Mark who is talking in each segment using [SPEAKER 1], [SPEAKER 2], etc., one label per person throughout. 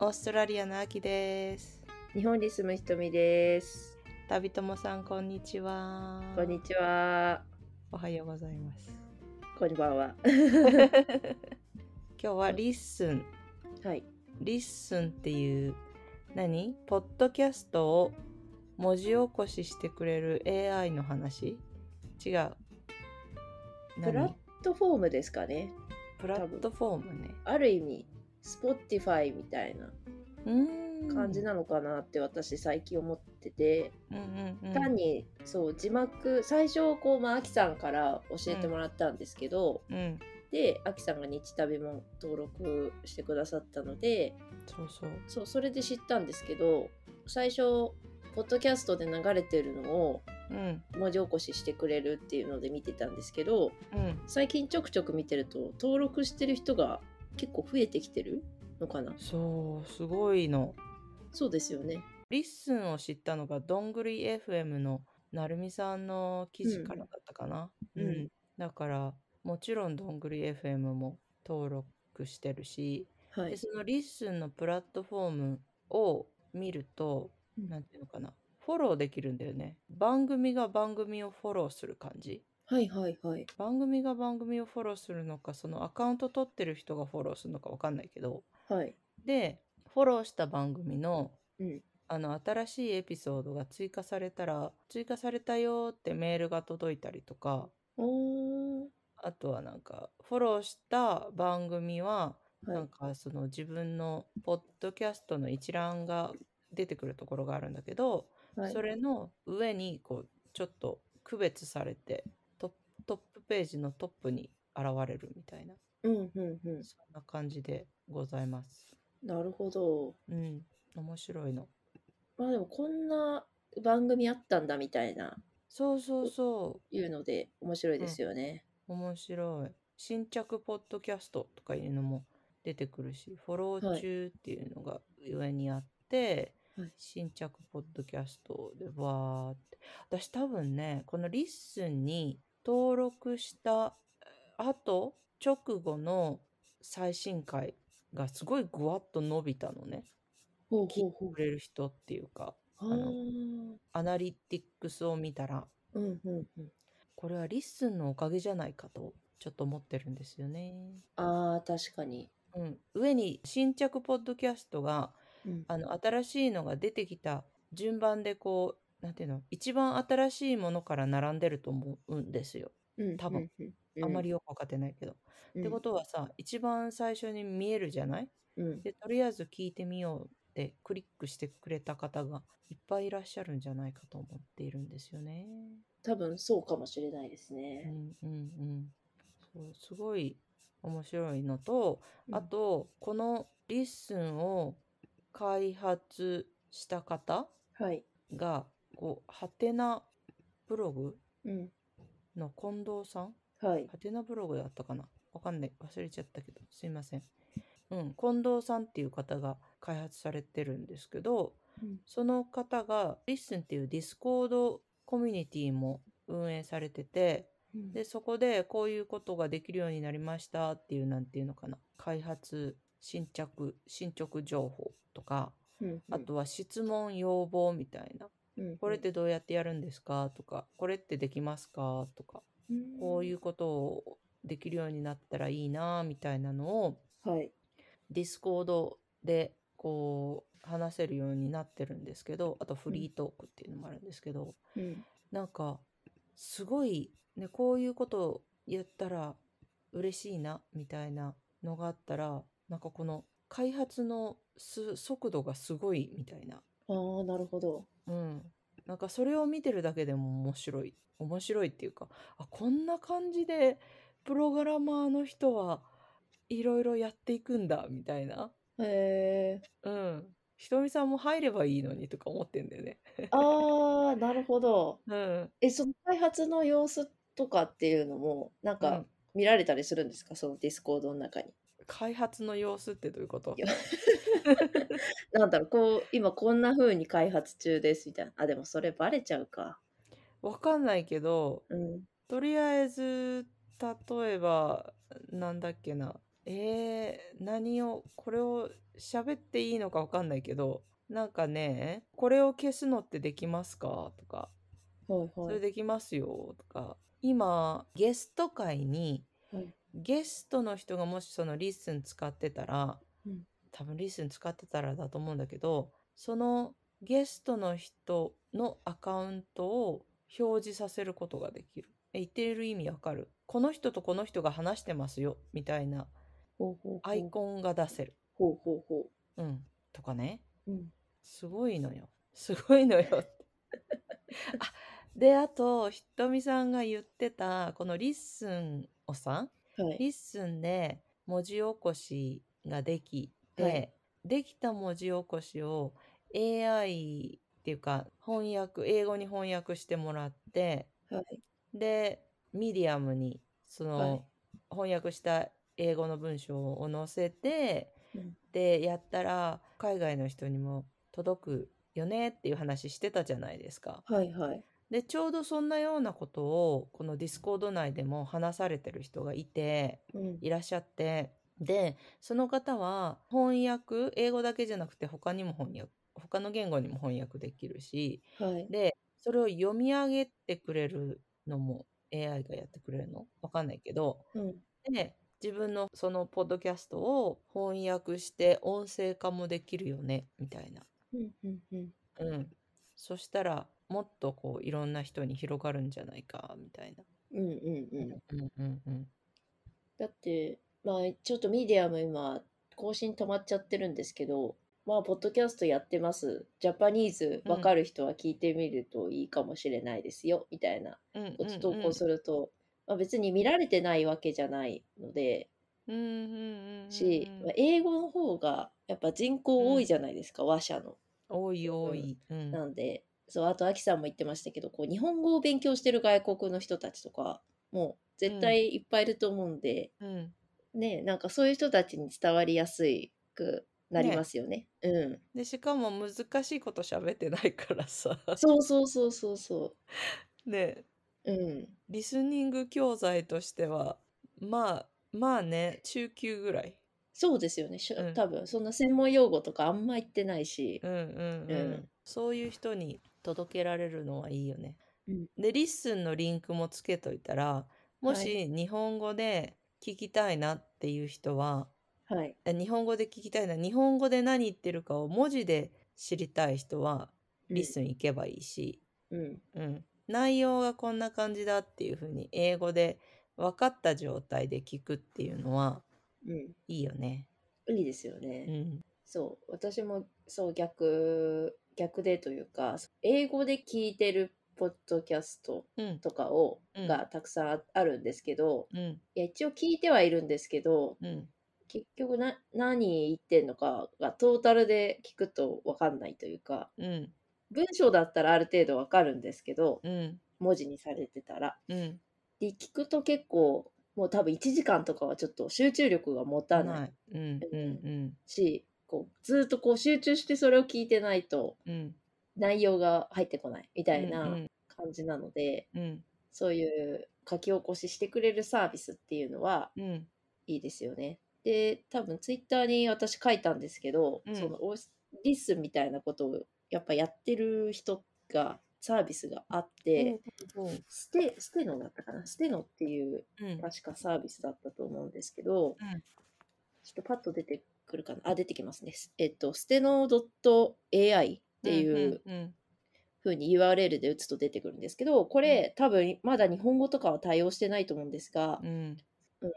[SPEAKER 1] オーストラリアの秋です。
[SPEAKER 2] 日本に住むひとみです。
[SPEAKER 1] 旅友さんこんにちは。
[SPEAKER 2] こんにちは。
[SPEAKER 1] おはようございます。
[SPEAKER 2] こんば んは。
[SPEAKER 1] 今日はリッスン、
[SPEAKER 2] はい。
[SPEAKER 1] リッスンっていう何？ポッドキャストを文字起こししてくれる AI の話？違う。
[SPEAKER 2] プラッ
[SPEAKER 1] 何？
[SPEAKER 2] トフォームですかね。
[SPEAKER 1] プラットフォームね。
[SPEAKER 2] ある意味、Spotify みたいな
[SPEAKER 1] うーん。
[SPEAKER 2] 感じなのかなって私最近思ってて、
[SPEAKER 1] うんうんうん。
[SPEAKER 2] 単にそう字幕、最初こう、まあ、アキさんから教えてもらったんですけど、
[SPEAKER 1] うん。
[SPEAKER 2] で、アキさんが日旅も登録してくださったので、
[SPEAKER 1] そうそう。
[SPEAKER 2] そう、それで知ったんですけど、最初、ポッドキャストで流れてるのを、
[SPEAKER 1] うん
[SPEAKER 2] 文字起こししてくれるっていうので見てたんですけど
[SPEAKER 1] うん。
[SPEAKER 2] 最近ちょくちょく見てると登録してる人が結構増えてきてるのかな
[SPEAKER 1] そうすごいの。
[SPEAKER 2] そうですよね
[SPEAKER 1] リッスンを知ったのがどんぐり FM のなるみさんの記事からだったかな、
[SPEAKER 2] うんうん
[SPEAKER 1] だからもちろんどんぐり FM も登録してるし、
[SPEAKER 2] は
[SPEAKER 1] で
[SPEAKER 2] い
[SPEAKER 1] そのリッスンのプラットフォームを見ると
[SPEAKER 2] うん
[SPEAKER 1] 何ていうのかなフォローできるんだよね番組が番組をフォローする感じ
[SPEAKER 2] はいはいはい
[SPEAKER 1] 番組が番組をフォローするのかそのアカウント取ってる人がフォローするのかわかんないけど
[SPEAKER 2] はい
[SPEAKER 1] でフォローした番組の
[SPEAKER 2] うん
[SPEAKER 1] あの新しいエピソードが追加されたら追加されたよってメールが届いたりとか
[SPEAKER 2] おー
[SPEAKER 1] あとはなんかフォローした番組は
[SPEAKER 2] は
[SPEAKER 1] ないんかその自分のポッドキャストの一覧が出てくるところがあるんだけど、
[SPEAKER 2] はい
[SPEAKER 1] それの上にこうちょっと区別されてトップトップページのトップに現れるみたいな
[SPEAKER 2] うんうんう
[SPEAKER 1] そんな感じでございます。
[SPEAKER 2] んなるほど
[SPEAKER 1] うん、面白いの。
[SPEAKER 2] まあでもこんな番組あったんだみたいな
[SPEAKER 1] そうそうそう。
[SPEAKER 2] いうので面白いですよね、
[SPEAKER 1] 面白い。新着ポッドキャストとかいうのも出てくるし、フォロ
[SPEAKER 2] は
[SPEAKER 1] ー
[SPEAKER 2] い
[SPEAKER 1] 中っていうのが上にあって、
[SPEAKER 2] はい
[SPEAKER 1] 新着ポッドキャストでわーって。私多分ね、このリッスンに登録した後、直後の最新回がすごいぐわっと伸びたのね。
[SPEAKER 2] ほう
[SPEAKER 1] 聞
[SPEAKER 2] ほう
[SPEAKER 1] いて
[SPEAKER 2] ほう
[SPEAKER 1] くれる人っていうか、
[SPEAKER 2] あ
[SPEAKER 1] あ
[SPEAKER 2] ー
[SPEAKER 1] のアナリティックスを見たら、
[SPEAKER 2] うんうんうん
[SPEAKER 1] これはリッスンのおかげじゃないかと、ちょっと思ってるんですよね。
[SPEAKER 2] あー確かに、
[SPEAKER 1] うん、上に新着ポッドキャストが
[SPEAKER 2] うん、
[SPEAKER 1] あの新しいのが出てきた順番でこうなんていうの一番新しいものから並んでると思うんですよ。
[SPEAKER 2] うん
[SPEAKER 1] 多分、
[SPEAKER 2] うん
[SPEAKER 1] あまりよくわかってないけど。
[SPEAKER 2] うん
[SPEAKER 1] ってことはさ一番最初に見えるじゃない
[SPEAKER 2] うん
[SPEAKER 1] でとりあえず聞いてみようってクリックしてくれた方がいっぱいいらっしゃるんじゃないかと思っているんですよね。
[SPEAKER 2] 多分そうかもしれないです
[SPEAKER 1] う
[SPEAKER 2] ね。
[SPEAKER 1] んうんうん、そうすごい面白いのと、あと、このリッスンを開発した方
[SPEAKER 2] うん、はい、
[SPEAKER 1] が、こう、ハテナブログ
[SPEAKER 2] うん、
[SPEAKER 1] の近藤さん
[SPEAKER 2] はい、
[SPEAKER 1] ハテナブログだったかなわかんない。忘れちゃったけど、すいません。うん、近藤さんっていう方が開発されてるんですけど、
[SPEAKER 2] うん
[SPEAKER 1] その方がリッスンっていうディスコードコミュニティも運営されてて、で、そこでこういうことができるようになりましたっていう、なんていうのかな。開発、新着、進捗情報とか、
[SPEAKER 2] うん、
[SPEAKER 1] あとは質問要望みたいな。
[SPEAKER 2] うん、
[SPEAKER 1] これってどうやってやるんですかとか、これってできますかとか、こういううことをできるようになったらいいなみたいなのを、
[SPEAKER 2] ん、はい、
[SPEAKER 1] ディスコードでこう、話せるようになってるんですけど、あとフリートークっていうのもあるんですけど、
[SPEAKER 2] うん、
[SPEAKER 1] なんかすごい、ね、こういうことをやったら嬉しいなみたいなのがあったらなんかこの開発のす速度がすごいみたいな、
[SPEAKER 2] ああ、なるほど。
[SPEAKER 1] うん、なんかそれを見てるだけでも面白い面白いっていうかあこんな感じでプログラマーの人はいろいろやっていくんだみたいな、
[SPEAKER 2] へえ、
[SPEAKER 1] うん、ひとみさんも入ればいいのにとか思ってんだよね。
[SPEAKER 2] ああ、なるほど。
[SPEAKER 1] うん
[SPEAKER 2] え、その開発の様子とかっていうのも、なん
[SPEAKER 1] う
[SPEAKER 2] か
[SPEAKER 1] ん、
[SPEAKER 2] 見られたりするんですか、そのディスコードの中に。
[SPEAKER 1] 開発の様子ってどういうこと
[SPEAKER 2] いやなんだろう、こう、今こんな風に開発中ですみたいな。あ、でもそれバレちゃうか。
[SPEAKER 1] わかんないけど
[SPEAKER 2] うん、
[SPEAKER 1] とりあえず例えばなんだっけなえー、何を、これを喋っていいのかわかんないけど、なんかね、これを消すのってできますかとか、
[SPEAKER 2] はい
[SPEAKER 1] そ
[SPEAKER 2] は
[SPEAKER 1] れ
[SPEAKER 2] い。
[SPEAKER 1] できますよとか、今、ゲスト会に、
[SPEAKER 2] はい
[SPEAKER 1] ゲストの人がもしそのリッスン使ってたら、
[SPEAKER 2] うん
[SPEAKER 1] 多分リッスン使ってたらだと思うんだけど、そのゲストの人のアカウントを表示させることができる。え言ってる意味わかるこの人とこの人が話してますよ、みたいな
[SPEAKER 2] ほうほう
[SPEAKER 1] アイコンが出せる。
[SPEAKER 2] ほうほうほ
[SPEAKER 1] うん。とかね。
[SPEAKER 2] う。うん。
[SPEAKER 1] すごいのよ。すごいのよ。あで、あと、ひとみさんが言ってた、このリッスンをさ、
[SPEAKER 2] はい。
[SPEAKER 1] リッスンで文字起こしができて、
[SPEAKER 2] はい
[SPEAKER 1] できた文字起こしを AI っていうか、翻訳、英語に翻訳してもらって、
[SPEAKER 2] はい。
[SPEAKER 1] で、ミディアムに、その、
[SPEAKER 2] はい
[SPEAKER 1] 翻訳した英語の文章を載せて、
[SPEAKER 2] うん
[SPEAKER 1] で、やったら、海外の人にも届くよねっていう話してたじゃないですか。
[SPEAKER 2] はいはい。
[SPEAKER 1] で、ちょうどそんなようなことを、このディスコード内でも話されてる人がいて、
[SPEAKER 2] うん。
[SPEAKER 1] いらっしゃって、で、その方は翻訳、英語だけじゃなくて他にも翻訳、他の言語にも翻訳できるし、
[SPEAKER 2] はい。
[SPEAKER 1] で、それを読み上げてくれるのも AI がやってくれるのわかんないけど、
[SPEAKER 2] うん。
[SPEAKER 1] で、自分のそのポッドキャストを翻訳して音声化もできるよね、みたいな。
[SPEAKER 2] うんうんうん。
[SPEAKER 1] うん。そしたら、もっとこう、いろんな人に広がるんじゃないか、みたいな。
[SPEAKER 2] うんうんうん。
[SPEAKER 1] うんうんうん。
[SPEAKER 2] だって、まあ、ちょっとミディアム今、更新止まっちゃってるんですけど、まあ、ポッドキャストやってます。ジャパニーズ
[SPEAKER 1] うん
[SPEAKER 2] わかる人は聞いてみるといいかもしれないですよ、みたいな
[SPEAKER 1] うん
[SPEAKER 2] こ
[SPEAKER 1] うん
[SPEAKER 2] と投稿すると、まあ、別に見られてないわけじゃないので、
[SPEAKER 1] うんうんうんうん
[SPEAKER 2] し、
[SPEAKER 1] うん
[SPEAKER 2] まあ、英語の方がやっぱ人口多いじゃないですか、話者の。
[SPEAKER 1] 多い多い。うん。
[SPEAKER 2] なんで、そう、あと、アキさんも言ってましたけど、こう、日本語を勉強してる外国の人たちとか、もう、絶対いっぱいいると思うんで、
[SPEAKER 1] うん。
[SPEAKER 2] ね、なんかそういう人たちに伝わりやすくなりますよね。うん。
[SPEAKER 1] で、しかも難しいこと喋ってないからさ。
[SPEAKER 2] そうそうそうそうそ
[SPEAKER 1] ね。
[SPEAKER 2] う。うん。
[SPEAKER 1] リスニング教材としては、まあ、まあね、中級ぐらい。
[SPEAKER 2] そうですよね。しょ
[SPEAKER 1] うん
[SPEAKER 2] 多分、そんな専門用語とかあんま言ってないし
[SPEAKER 1] う。んうんうん。
[SPEAKER 2] うん
[SPEAKER 1] そういう人に届けられるのはいいよね。
[SPEAKER 2] うん
[SPEAKER 1] で、リッスンのリンクもつけといたら、もし日本語で聞きたいなっていう人は、
[SPEAKER 2] はい。
[SPEAKER 1] え日本語で聞きたいな、日本語で何言ってるかを文字で知りたい人は、リッスン行けばいいし、
[SPEAKER 2] うん。
[SPEAKER 1] うん、内容がこんな感じだっていうふうに英語で分かった状態で聞くっていうのは
[SPEAKER 2] うん。
[SPEAKER 1] いいよね。
[SPEAKER 2] うん。いいですよね。
[SPEAKER 1] うん、
[SPEAKER 2] そう。私も、そう、逆、逆でというか、英語で聞いてるポッドキャスト
[SPEAKER 1] うん、
[SPEAKER 2] とかを、
[SPEAKER 1] うん
[SPEAKER 2] がたくさんああるんですけど、
[SPEAKER 1] うん、
[SPEAKER 2] いや、一応聞いてはいるんですけど、
[SPEAKER 1] うん、
[SPEAKER 2] 結局な、何言ってんのかがトータルで聞くとわかんないというか、
[SPEAKER 1] うん、
[SPEAKER 2] 文章だったらある程度わかるんですけど、
[SPEAKER 1] うん、
[SPEAKER 2] 文字にされてたら。
[SPEAKER 1] うん。
[SPEAKER 2] で、聞くと結構、もう多分1時間とかはちょっと集中力が持たな
[SPEAKER 1] ないい。うん、うん、
[SPEAKER 2] し、こうずっとこう集中してそれを聞いてないと
[SPEAKER 1] うん、うん。み
[SPEAKER 2] 内容が入ってこないみたいな感じなので、
[SPEAKER 1] うん、
[SPEAKER 2] そういう書き起こししてくれるサービスっていうのは
[SPEAKER 1] うん、うん、
[SPEAKER 2] いいですよね。で、多分ツイッターに私書いたんですけど、
[SPEAKER 1] うん
[SPEAKER 2] そのオースリッスンみたいなことをやっぱやってる人が、サービスがあって、
[SPEAKER 1] うん、
[SPEAKER 2] ステ、ステノだったかなステノっていう
[SPEAKER 1] うん、
[SPEAKER 2] 確かサービスだったと思うんですけど、
[SPEAKER 1] うん
[SPEAKER 2] ちょっとパッと出てくるかなあ、出てきますね。すえっと、ステノ .ai っていう
[SPEAKER 1] うん、
[SPEAKER 2] 風に URL で打つと出てくるんですけど、これ多分まだ日本語とかは対応してないと思うんですが
[SPEAKER 1] う、ん、
[SPEAKER 2] うん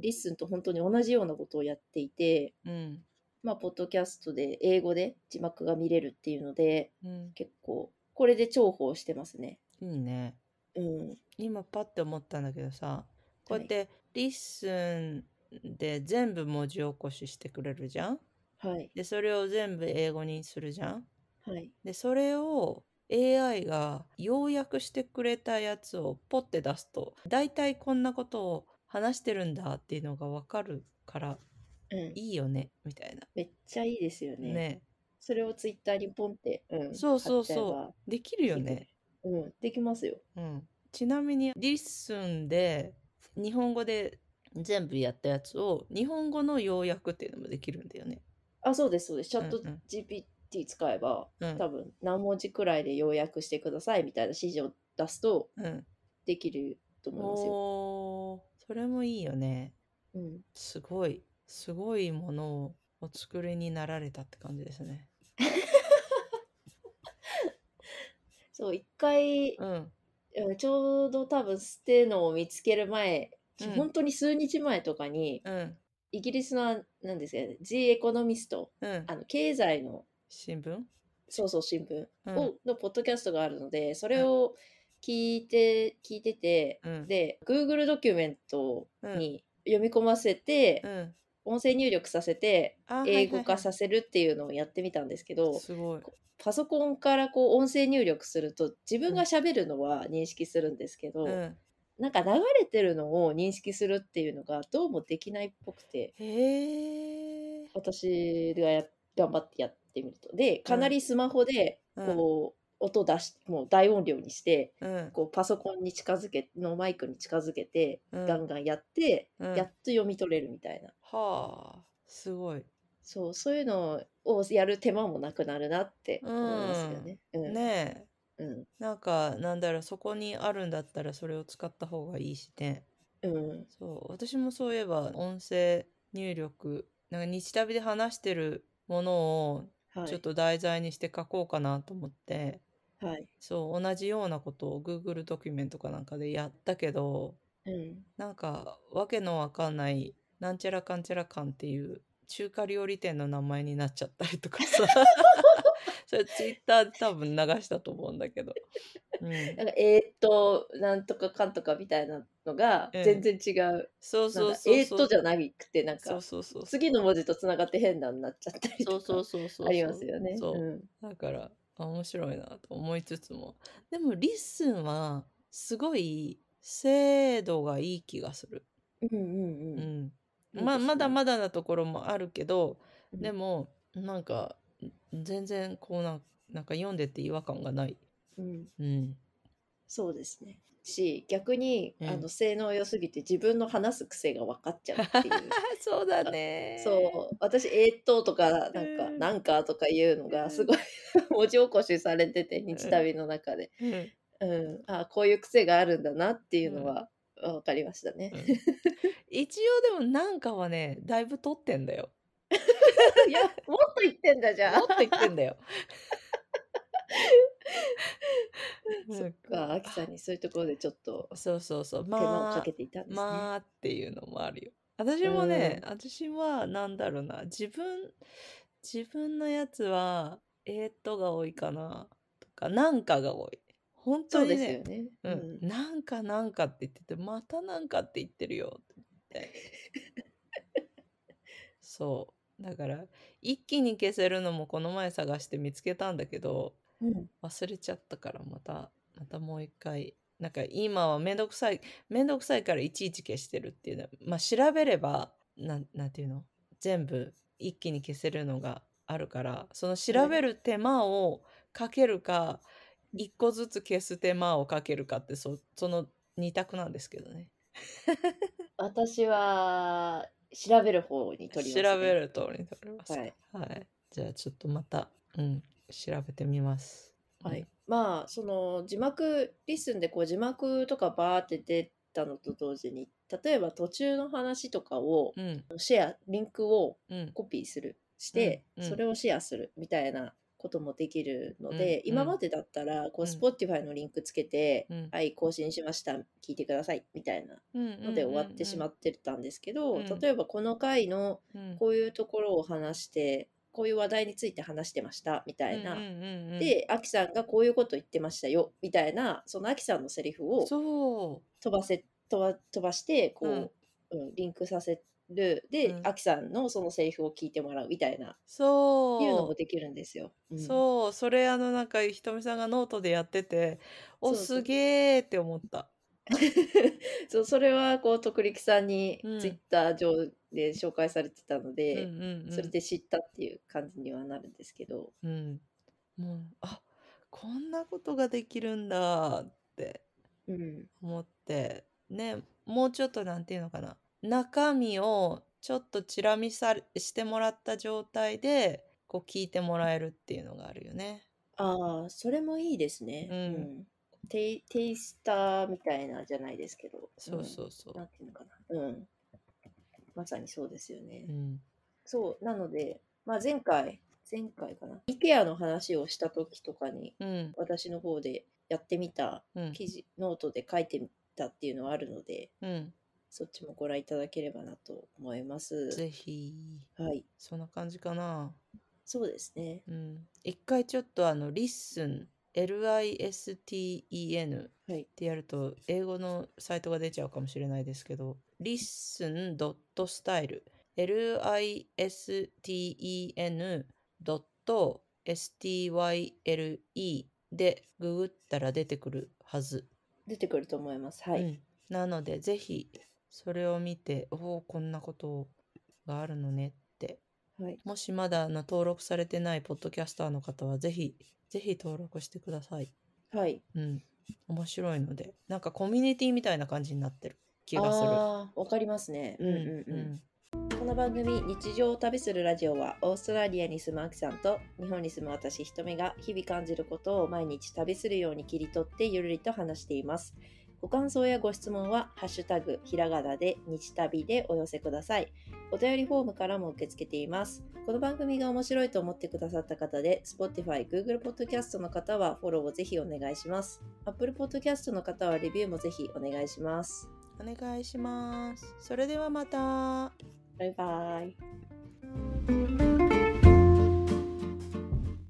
[SPEAKER 2] リッスンと本当に同じようなことをやっていて、
[SPEAKER 1] うん、
[SPEAKER 2] まあ、ポッドキャストで英語で字幕が見れるっていうので、
[SPEAKER 1] うん。
[SPEAKER 2] 結構、これで重宝してますね。
[SPEAKER 1] いいね。
[SPEAKER 2] うん。
[SPEAKER 1] 今パッて思ったんだけどさ、こうやってリッスンで全部文字起こししてくれるじゃん
[SPEAKER 2] はい。
[SPEAKER 1] で、それを全部英語にするじゃん
[SPEAKER 2] はい。
[SPEAKER 1] で、それを AI が要約してくれたやつをポッて出すと、大体こんなことを話してるんだっていうのがわかるから、
[SPEAKER 2] うん。
[SPEAKER 1] いいよね、みたいな。
[SPEAKER 2] めっちゃいいですよね。
[SPEAKER 1] ね。
[SPEAKER 2] それをツイッターにポンって、うん、
[SPEAKER 1] そうそうそう
[SPEAKER 2] 貼っ
[SPEAKER 1] できる
[SPEAKER 2] ち
[SPEAKER 1] よ
[SPEAKER 2] ゃえば
[SPEAKER 1] ね。。
[SPEAKER 2] うん。できますよ。
[SPEAKER 1] うん。ちなみに、リッスンで、日本語で全部やったやつを日本語の要約っていうのもできるんだよね。
[SPEAKER 2] あ、そうです、そうです。チャット
[SPEAKER 1] うんうん
[SPEAKER 2] GPT 使えば、
[SPEAKER 1] うん
[SPEAKER 2] 多分何文字くらいで要約してくださいみたいな指示を出すと
[SPEAKER 1] うん、
[SPEAKER 2] できると思いますよ。
[SPEAKER 1] おーそれもいいよね。
[SPEAKER 2] うん、
[SPEAKER 1] すごいすごいものをお作りになられたって感じですね。
[SPEAKER 2] そう、一回、
[SPEAKER 1] うん
[SPEAKER 2] うんちょうど多分ステのを見つける前、
[SPEAKER 1] うん
[SPEAKER 2] 本当に数日前とかに、
[SPEAKER 1] うん
[SPEAKER 2] イギリスの、なんですかね、The Economist、
[SPEAKER 1] うん
[SPEAKER 2] あの、経済の、
[SPEAKER 1] 新聞、
[SPEAKER 2] そうそう、新聞
[SPEAKER 1] うん
[SPEAKER 2] を、のポッドキャストがあるので、それを聞いて、聞いてて、
[SPEAKER 1] うん、
[SPEAKER 2] で、Google ドキュメント
[SPEAKER 1] うん、
[SPEAKER 2] に読み込ませて
[SPEAKER 1] う、ん、
[SPEAKER 2] 音声入力させて、
[SPEAKER 1] あ
[SPEAKER 2] 英語化
[SPEAKER 1] はい
[SPEAKER 2] させるっていうのをやってみたんですけ
[SPEAKER 1] はいは
[SPEAKER 2] ど
[SPEAKER 1] い、すごい。
[SPEAKER 2] パソコンからこう音声入力すると自分が喋るのは認識するんですけど、
[SPEAKER 1] うん、
[SPEAKER 2] なんか流れてるのを認識するっていうのがどうもできないっぽくて
[SPEAKER 1] へえ。
[SPEAKER 2] 私がや頑張ってやってみるとでかなりスマホで
[SPEAKER 1] うん
[SPEAKER 2] こう、音出しもう大音量にして
[SPEAKER 1] うん
[SPEAKER 2] こうパソコンに近づけのマイクに近づけて、
[SPEAKER 1] うん
[SPEAKER 2] ガンガンやって、
[SPEAKER 1] うん
[SPEAKER 2] やっと読み取れるみたいな
[SPEAKER 1] はあすごい。
[SPEAKER 2] そうそういうのをやる手間もなくなるなって思いますよね。うん
[SPEAKER 1] ねえ
[SPEAKER 2] うん
[SPEAKER 1] なんかなんだろうそこにあるんだったらそれを使った方がいいしね
[SPEAKER 2] うん
[SPEAKER 1] そう私もそういえば音声入力なんか日旅で話してるものを
[SPEAKER 2] はい、
[SPEAKER 1] ちょっと題材にして書こうかなと思って、
[SPEAKER 2] はい、
[SPEAKER 1] そう同じようなことを Google ドキュメントかなんかでやったけど
[SPEAKER 2] うん、
[SPEAKER 1] なんかわけのわかんないなんちゃらかんちゃらかんっていう中華料理店の名前になっちゃったりとか さそれツイッターで多分流したと思うんだけど、うん、
[SPEAKER 2] なんかえーっとなんとかかんとかみたいなのが
[SPEAKER 1] うん
[SPEAKER 2] 全然違う
[SPEAKER 1] そう
[SPEAKER 2] なん
[SPEAKER 1] そう
[SPEAKER 2] だ
[SPEAKER 1] そう
[SPEAKER 2] えーっ
[SPEAKER 1] そう
[SPEAKER 2] とじゃなくてなん
[SPEAKER 1] そ
[SPEAKER 2] か
[SPEAKER 1] うそうそうそう
[SPEAKER 2] 次の文字とつながって変なになっちゃったり
[SPEAKER 1] そ
[SPEAKER 2] と
[SPEAKER 1] うそう
[SPEAKER 2] か
[SPEAKER 1] そうそう
[SPEAKER 2] ありますよね。
[SPEAKER 1] そう
[SPEAKER 2] うん
[SPEAKER 1] だからあ面白いなと思いつつもでもリッスンはすごい精度がいい気がする、
[SPEAKER 2] うんうん
[SPEAKER 1] う
[SPEAKER 2] うん
[SPEAKER 1] ん
[SPEAKER 2] いいです
[SPEAKER 1] まあ
[SPEAKER 2] ね
[SPEAKER 1] まだまだなところもあるけど
[SPEAKER 2] うん
[SPEAKER 1] でもなんか全然こうなんなんか読んでて違和感がない、
[SPEAKER 2] うん
[SPEAKER 1] うん、
[SPEAKER 2] そうですね。し逆に、
[SPEAKER 1] うん
[SPEAKER 2] あの性能良すぎて自分の話す癖が分かっちゃうっていう
[SPEAKER 1] そうだね
[SPEAKER 2] そう私「えーっと」とか「なんか
[SPEAKER 1] うん
[SPEAKER 2] なんか」とかいうのがすごい 文字起こしされてて日旅の中で、
[SPEAKER 1] うん、うん
[SPEAKER 2] うん、あこういう癖があるんだなっていうのは分かりましたね。
[SPEAKER 1] 一応でもなんかはねだいぶ取ってんだよ
[SPEAKER 2] いや、もっと言ってんだじゃん。
[SPEAKER 1] 持ってきてんだよ。
[SPEAKER 2] そっか、あきさんにそういうところでちょっと
[SPEAKER 1] そうそうそう。
[SPEAKER 2] 手間を
[SPEAKER 1] ま
[SPEAKER 2] か
[SPEAKER 1] あ
[SPEAKER 2] け、ていたんですね。
[SPEAKER 1] まあっていうのもあるよ。私もね、私はなんだろうな、自分、自分のやつは、えーっとが多いかな、とか、なんかが多い。本
[SPEAKER 2] そ
[SPEAKER 1] 当
[SPEAKER 2] うで
[SPEAKER 1] に
[SPEAKER 2] す
[SPEAKER 1] ね
[SPEAKER 2] よ、ね。
[SPEAKER 1] うん、なんかなんかって言ってて、またなんかって言ってるよって。 そう。だから、一気に消せるのもこの前探して見つけたんだけど、
[SPEAKER 2] うん。うん
[SPEAKER 1] 忘れちゃったからまたまたもう一回なんか今はめんどくさいめんどくさいからいちいち消してるっていうのはまあ調べればなんなんていうの全部一気に消せるのがあるからその調べる手間をかけるか一個ずつ消す手間をかけるかってそその二択なんですけどね
[SPEAKER 2] 私は調べる方に取ります、ね。
[SPEAKER 1] 調べ。る通りに取ります
[SPEAKER 2] はい、
[SPEAKER 1] はい、じゃあちょっとまた、うん、調べてみます
[SPEAKER 2] はい。まあ、その字幕、リスンでこう字幕とかバーって出たのと同時に、例えば途中の話とかを
[SPEAKER 1] うん
[SPEAKER 2] シェア、リンクを
[SPEAKER 1] うん
[SPEAKER 2] コピーする、して、
[SPEAKER 1] うんうん
[SPEAKER 2] それをシェアするみたいなこともできるので、
[SPEAKER 1] うん
[SPEAKER 2] 今までだったら、こう、
[SPEAKER 1] うん
[SPEAKER 2] Spotify のリンクつけて、
[SPEAKER 1] うん
[SPEAKER 2] はい、更新しました、聞いてください、みたいな
[SPEAKER 1] うん
[SPEAKER 2] ので終わってしまってたんですけど、
[SPEAKER 1] うん
[SPEAKER 2] 例えばこの回の
[SPEAKER 1] うん
[SPEAKER 2] こういうところを話して、こういう話題について話してました、みたいな。
[SPEAKER 1] うんうんうんうん
[SPEAKER 2] で、アキさんがこういうこと言ってましたよ、みたいな、そのアキさんのセリフを
[SPEAKER 1] そ
[SPEAKER 2] 飛ばせ飛ば飛ばしてこう、うんリンクさせるで、
[SPEAKER 1] うん
[SPEAKER 2] アキさんのそのセリフを聞いてもらうみたいな
[SPEAKER 1] う
[SPEAKER 2] いうの
[SPEAKER 1] そ
[SPEAKER 2] もできるんですよ。
[SPEAKER 1] う、
[SPEAKER 2] うん
[SPEAKER 1] そうそれあのなんかひとみさんがノートでやっててお
[SPEAKER 2] そうそう
[SPEAKER 1] すげーって思った
[SPEAKER 2] そうそれはこう徳力さんに
[SPEAKER 1] うん
[SPEAKER 2] ツイッター上で紹介されてたの
[SPEAKER 1] うん
[SPEAKER 2] で、
[SPEAKER 1] うんうん
[SPEAKER 2] それで知ったっていう感じにはなるんですけど、
[SPEAKER 1] うんもうあこんなことができるんだって
[SPEAKER 2] うん
[SPEAKER 1] 思ってねもうちょっとなんていうのかな中身をちょっとチラ見されしてもらった状態でこう聞いてもらえるっていうのがあるよね。
[SPEAKER 2] ああ、それもいいです
[SPEAKER 1] う、
[SPEAKER 2] ね。うんん。テイ、テイスターみたいなじゃないですけど、う。
[SPEAKER 1] そうんそうそ
[SPEAKER 2] なんていうのかな。うん。まさにそうですよね。
[SPEAKER 1] う。うん、
[SPEAKER 2] そう、なので、まあ、前回、前回かな、IKEA の話をした時とかに、
[SPEAKER 1] うん、
[SPEAKER 2] 私の方でやってみた
[SPEAKER 1] うん、
[SPEAKER 2] 記事、ノートで書いてみたっていうのはあるので、
[SPEAKER 1] うん。
[SPEAKER 2] そっちもご覧いただければなと思います。
[SPEAKER 1] ぜひ、
[SPEAKER 2] はい、
[SPEAKER 1] そんな感じかな。
[SPEAKER 2] そうですね。
[SPEAKER 1] うん。一回ちょっとあの、listen, L-I-S-T-E-N っ
[SPEAKER 2] はい、
[SPEAKER 1] てやると、英語のサイトが出ちゃうかもしれないですけど、listen.style, L-I-S-T-E-N.style でググったら出てくるはず。
[SPEAKER 2] 出てくると思います。は
[SPEAKER 1] う
[SPEAKER 2] い、
[SPEAKER 1] ん。なので、ぜひ、それを見て、おお、こんなことがあるのねって。
[SPEAKER 2] はい、
[SPEAKER 1] もしまだあの登録されてないポッドキャスターの方は、ぜひ、ぜひ登録してください。
[SPEAKER 2] はい。
[SPEAKER 1] うん。面白いので。なんかコミュニティみたいな感じになってる気がする。
[SPEAKER 2] ああ、わかりますね。
[SPEAKER 1] う
[SPEAKER 2] う
[SPEAKER 1] んん、
[SPEAKER 2] うん
[SPEAKER 1] う
[SPEAKER 2] うん。
[SPEAKER 1] ん。
[SPEAKER 2] この番組「日常を旅するラジオは」オーストラリアに住むアキさんと日本に住む私ひとみが日々感じることを毎日旅するように切り取ってゆるりと話していますご感想やご質問は「ハッシュタグひらがな」で「日旅」でお寄せくださいお便りフォームからも受け付けていますこの番組が面白いと思ってくださった方で Spotify、Google Podcast の方はフォローをぜひお願いします Apple Podcast の方はレビューもぜひお願いします
[SPEAKER 1] お願いします。それではまた。
[SPEAKER 2] バイバイ